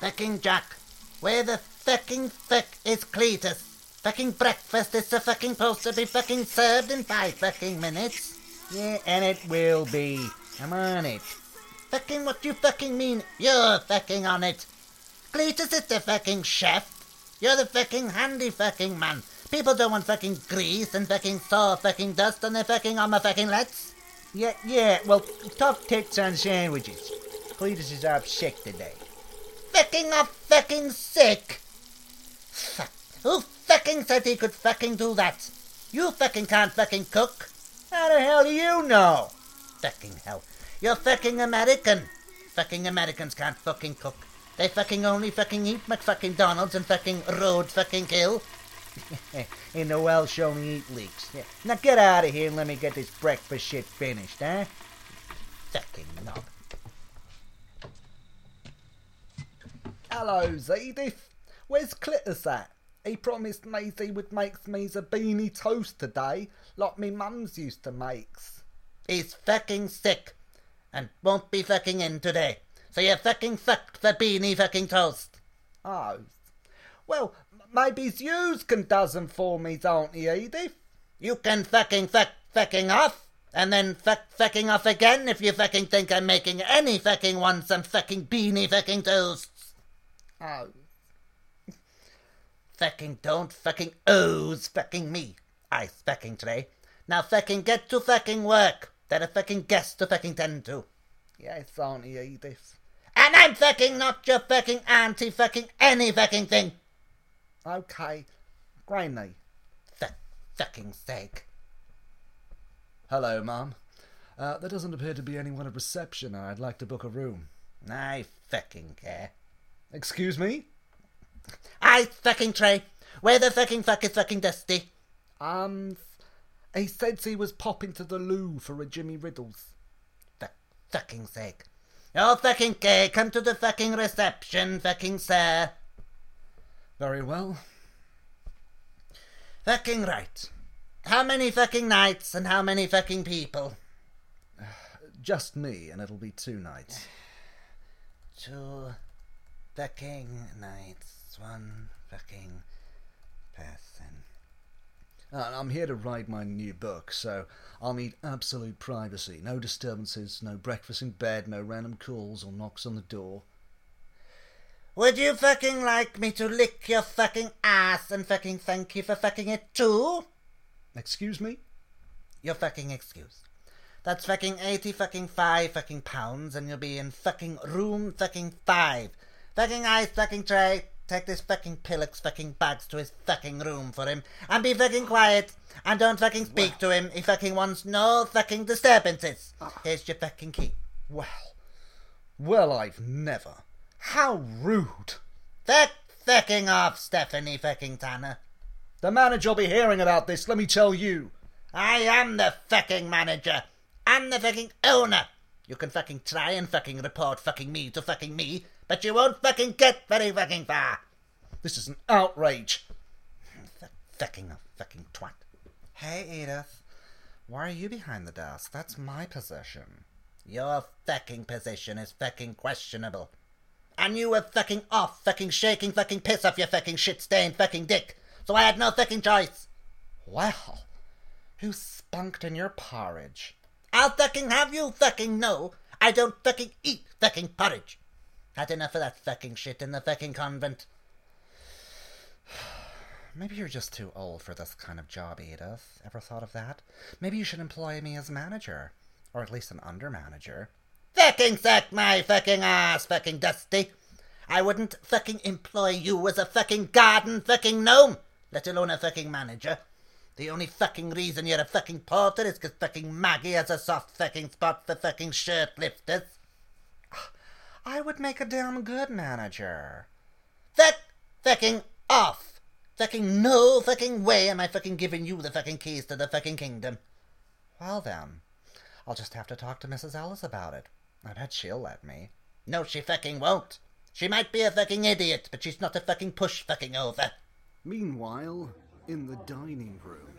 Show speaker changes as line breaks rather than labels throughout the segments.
fucking Jack. Where the fucking fuck is Cletus? Fucking breakfast is fucking supposed to be fucking served in five fucking minutes. Yeah, and it will be. I'm on it. Fucking what you fucking mean? You're fucking on it. Cletus is the fucking chef. You're the fucking handy fucking man. People don't want fucking grease and fucking saw fucking dust on their fucking armor fucking lets. Yeah, yeah, well, top tips on sandwiches. Cletus is off sick today. Fucking off fucking sick? Fuck. Who fucking said he could fucking do that? You fucking can't fucking cook. How the hell do you know? Fucking hell. You're fucking American. Fucking Americans can't fucking cook. They fucking only fucking eat McFucking Donald's and fucking road fucking kill. In the Welsh only eat leeks. Yeah. Now get out of here and let me get this breakfast shit finished, huh? Fucking knob.
Hello, Edith. Where's Clitus at? He promised Maisie would make me a beanie toast today, like me mum's used to makes.
He's fucking sick and won't be fucking in today. So you're fucking fucked for beanie fucking toast.
Oh. Well, m- maybe Zeus can does 'em for me, don't he, Edith?
E You can fucking fuck fucking off and then fuck fucking off again if you fucking think I'm making any fucking one some fucking beanie fucking toasts.
Oh.
Fucking don't fucking ooze fucking me. I fucking today. Now fucking get to fucking work. There are fucking guests to fucking tend to.
Yes,
E
Auntie Edith.
And I'm fucking not your fucking auntie fucking any fucking thing.
Okay. Granny.
For fucking sake.
Hello, Mum. Uh, there doesn't appear to be anyone at reception, and I'd like to book a room.
I fucking care.
Excuse me?
I fucking tray. Where the fucking fuck is fucking Dusty?
Um, he said he was popping to the loo for a Jimmy Riddles.
For fucking sake. Oh fucking care. Come to the fucking reception, fucking sir.
Very well.
Fucking right. How many fucking nights and how many fucking people?
Just me, and it'll be two nights.
Two fucking nights. One fucking person.
Uh, I'm here to write my new book, so I'll need absolute privacy. No disturbances, no breakfast in bed, no random calls or knocks on the door.
Would you fucking like me to lick your fucking ass and fucking thank you for fucking it too?
Excuse me?
Your fucking excuse. That's fucking 80 fucking 5 fucking pounds and you'll be in fucking room fucking 5. Fucking ice fucking tray. Take this fucking Pillocks fucking bags to his fucking room for him and be fucking quiet and don't fucking speak to him. He fucking wants no fucking disturbances. Here's your fucking key.
Well, well, I've never. How rude!
Fuck fucking off, Stephanie fucking Tanner.
The manager'll be hearing about this, let me tell you.
I am the fucking manager. I'm the fucking owner. You can fucking try and fucking report fucking me to fucking me, but you won't fucking get very fucking far.
This is an outrage.
Fuck, fucking off, fucking twat.
Hey, Edith. Why are you behind the desk? That's my possession.
Your fucking position is fucking questionable. And you were fucking off, fucking shaking fucking piss off your fucking shit stained fucking dick. So I had no fucking choice.
Well, who spunked in your porridge?
I'll fucking have you fucking know I don't fucking eat fucking porridge. Had enough of that fucking shit in the fucking convent.
Maybe you're just too old for this kind of job, Edith. Ever thought of that? Maybe you should employ me as manager, or at least an under manager.
Fucking suck my fucking ass, fucking Dusty. I wouldn't fucking employ you as a fucking garden fucking gnome, let alone a fucking manager. The only fucking reason you're a fucking porter is 'cause fucking Maggie has a soft fucking spot for fucking shirt lifters.
I would make a damn good manager.
Fuck fucking off. Fucking no fucking way am I fucking giving you the fucking keys to the fucking kingdom.
Well then, I'll just have to talk to Mrs. Ellis about it. I bet she'll let me.
No, she fucking won't. She might be a fucking idiot, but she's not a fucking push fucking over.
Meanwhile, in the dining room.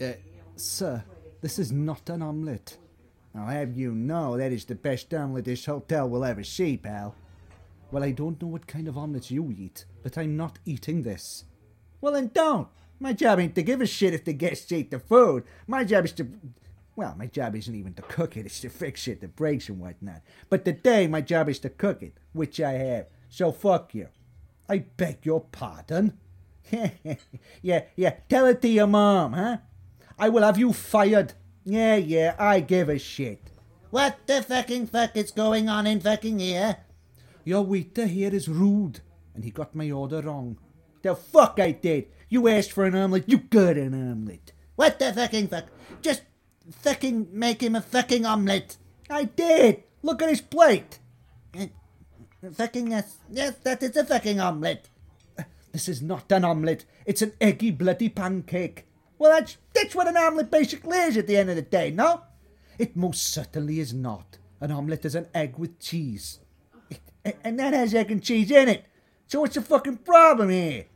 Uh, sir, this is not an omelette.
I'll have you know that is the best omelette this hotel will ever see, pal.
Well, I don't know what kind of omelets you eat, but I'm not eating this. Well, then don't. My job ain't to give a shit if the guests eat the food. My job is to. Well, my job isn't even to cook it, it's to fix shit that breaks and whatnot. But today, my job is to cook it, which I have. So fuck you. I beg your pardon? yeah, yeah, tell it to your mom, huh? I will have you fired. Yeah, yeah, I give a shit.
What the fucking fuck is going on in fucking here?
Your waiter here is rude, and he got my order wrong. The fuck I did! You asked for an omelette, you got an omelette.
What the fucking fuck? Just fucking make him a fucking omelette.
I did! Look at his plate!
Fucking yes, yes, that is a fucking omelette.
This is not an omelette, it's an eggy bloody pancake. Well, that's, that's what an omelette basically is at the end of the day, no? It most certainly is not. An omelette is an egg with cheese. A- And that has egg and cheese in it. So what's the fucking problem here?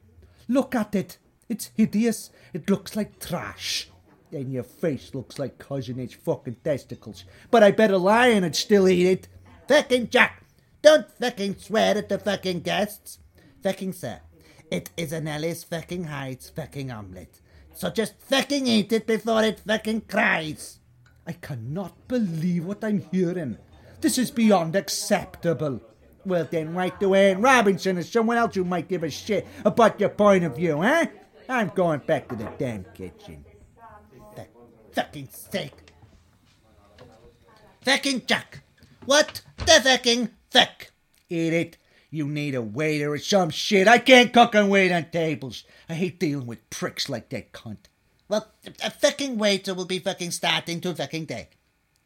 Look at it. It's hideous. It looks like trash. And your face looks like Cousin H fucking testicles. But I bet a lion would still eat it.
Fucking Jack, don't fucking swear at the fucking guests. Fucking sir, it is an Alice fucking Heights fucking omelette. So just fucking eat it before it fucking cries.
I cannot believe what I'm hearing. This is beyond acceptable. Well, then, right to Ann Robinson or someone else who might give a shit about your point of view, huh? I'm going back to the damn kitchen.
The fucking sake. Fucking Jack, what the fucking fuck?
Eat it. You need a waiter or some shit. I can't cook and wait on tables. I hate dealing with pricks like that cunt.
Well, a fucking waiter will be fucking starting to fucking day.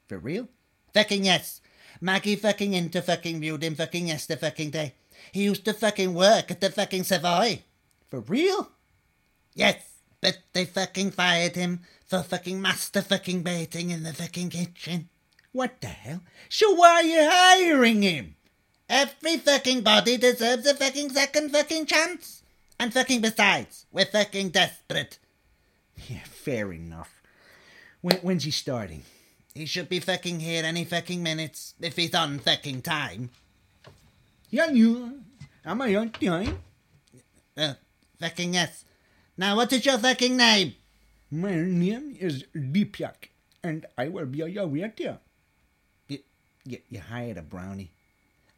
For real?
Fucking yes. Maggie fucking into fucking viewed him fucking yes the fucking day. He used to fucking work at the fucking Savoy.
For real?
Yes, but they fucking fired him for fucking master fucking baiting in the fucking kitchen.
What the hell? So why are you hiring him?
Every fucking body deserves a fucking second fucking chance. And fucking besides, we're fucking desperate.
Yeah, fair enough. When, when's he starting?
He should be fucking here any fucking minutes if he's on fucking time.
Yeah, you. Am I on time?
Uh, fucking yes. Now what is your fucking name?
My name is Deepak, and I will be your waiter. You, you, you hired a brownie.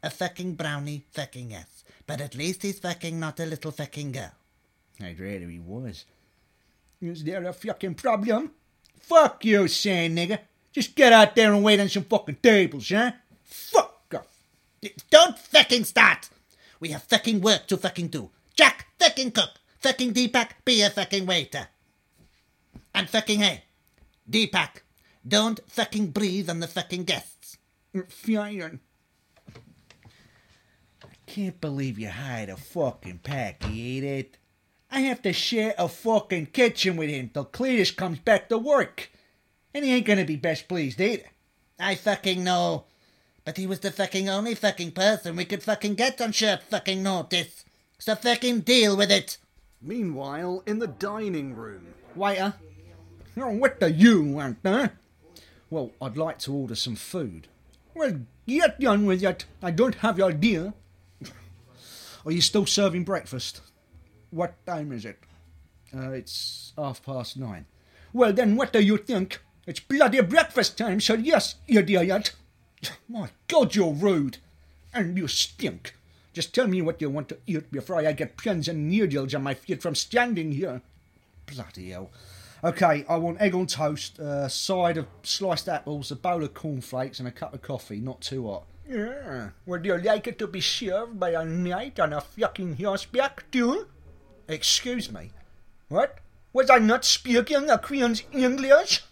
A fucking brownie fucking yes. But at least he's fucking not a little fucking girl.
I'd rather he was. Is there a fucking problem? Fuck you, sand nigger. Just get out there and wait on some fucking tables, huh? Fuck off.
D- Don't fucking start! We have fucking work to fucking do. Jack, fucking cook. Fucking Deepak, be a fucking waiter. And fucking hey, Deepak, don't fucking breathe on the fucking guests.
Fine. I can't believe you hired a fucking pack, you ate it. I have to share a fucking kitchen with him till Cletus comes back to work. And he ain't gonna be best pleased either.
I fucking know. But he was the fucking only fucking person we could fucking get on short fucking notice. So fucking deal with it.
Meanwhile, in the dining room.
Waiter. Oh, what do you want, huh? Well, I'd like to order some food. Well, get on with it. I don't have your deal. Are you still serving breakfast? What time is it? Uh, it's half past nine. Well, then what do you think? It's bloody breakfast time, so yes, you idiot. My God, you're rude. And you stink. Just tell me what you want to eat before I get pins and needles on my feet from standing here. Bloody hell. Okay, I want egg on toast, a side of sliced apples, a bowl of cornflakes, and a cup of coffee, not too hot. Yeah. Would you like it to be served by a knight on a fucking horseback, too? Excuse me. What? Was I not speaking a Queen's English?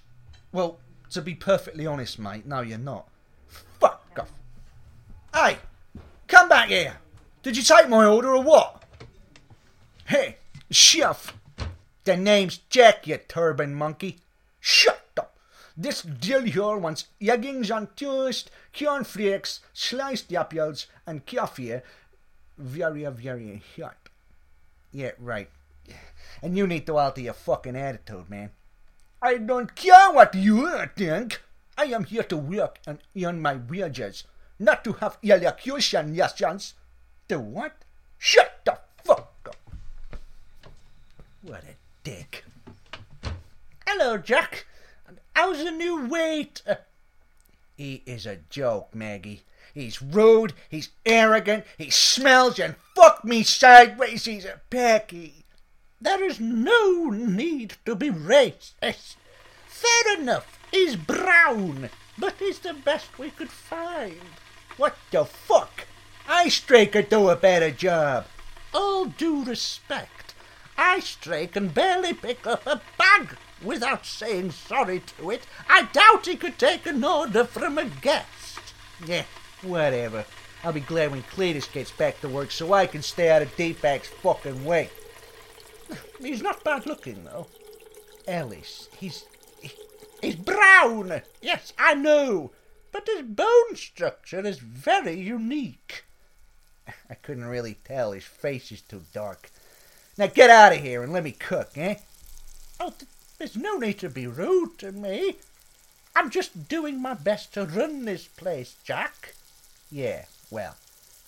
Well, to be perfectly honest, mate, no, you're not. Fuck off. Hey, come back here. Did you take my order or what? Hey, chef. The name's Jack, you turban monkey. Shut up. This deal here wants eggings on toast, cornflakes, sliced apples, and coffee. Very, very hot. Yeah, right. And you need to alter your fucking attitude, man. I don't care what you think. I am here to work and earn my wages, not to have elocution lessons. The what? Shut the fuck up! What a dick. Hello, Jack. How's the new waiter? He is a joke, Maggie. He's rude, he's arrogant, he smells and fuck me sideways, he's a packy. There is no need to be racist. Fair enough, he's brown, but he's the best we could find. What the fuck? I could do a better job. All due respect, I stray can barely pick up a bag without saying sorry to it. I doubt he could take an order from a guest. Yeah, whatever. I'll be glad when Cletus gets back to work so I can stay out of D-Bag's fucking way. He's not bad looking, though. Ellis, he's... he- He's brown! Yes, I know! But his bone structure is very unique. I couldn't really tell. His face is too dark. Now get out of here and let me cook, eh? Oh, th- there's no need to be rude to me. I'm just doing my best to run this place, Jack. Yeah, well,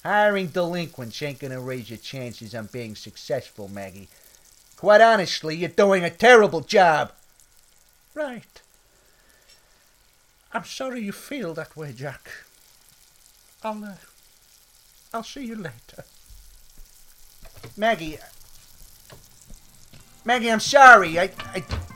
hiring delinquents ain't gonna raise your chances on being successful, Maggie. Quite honestly, you're doing a terrible job. Right. I'm sorry you feel that way, Jack. I'll, uh, I'll see you later. Maggie, Maggie, I'm sorry. I, uh, I,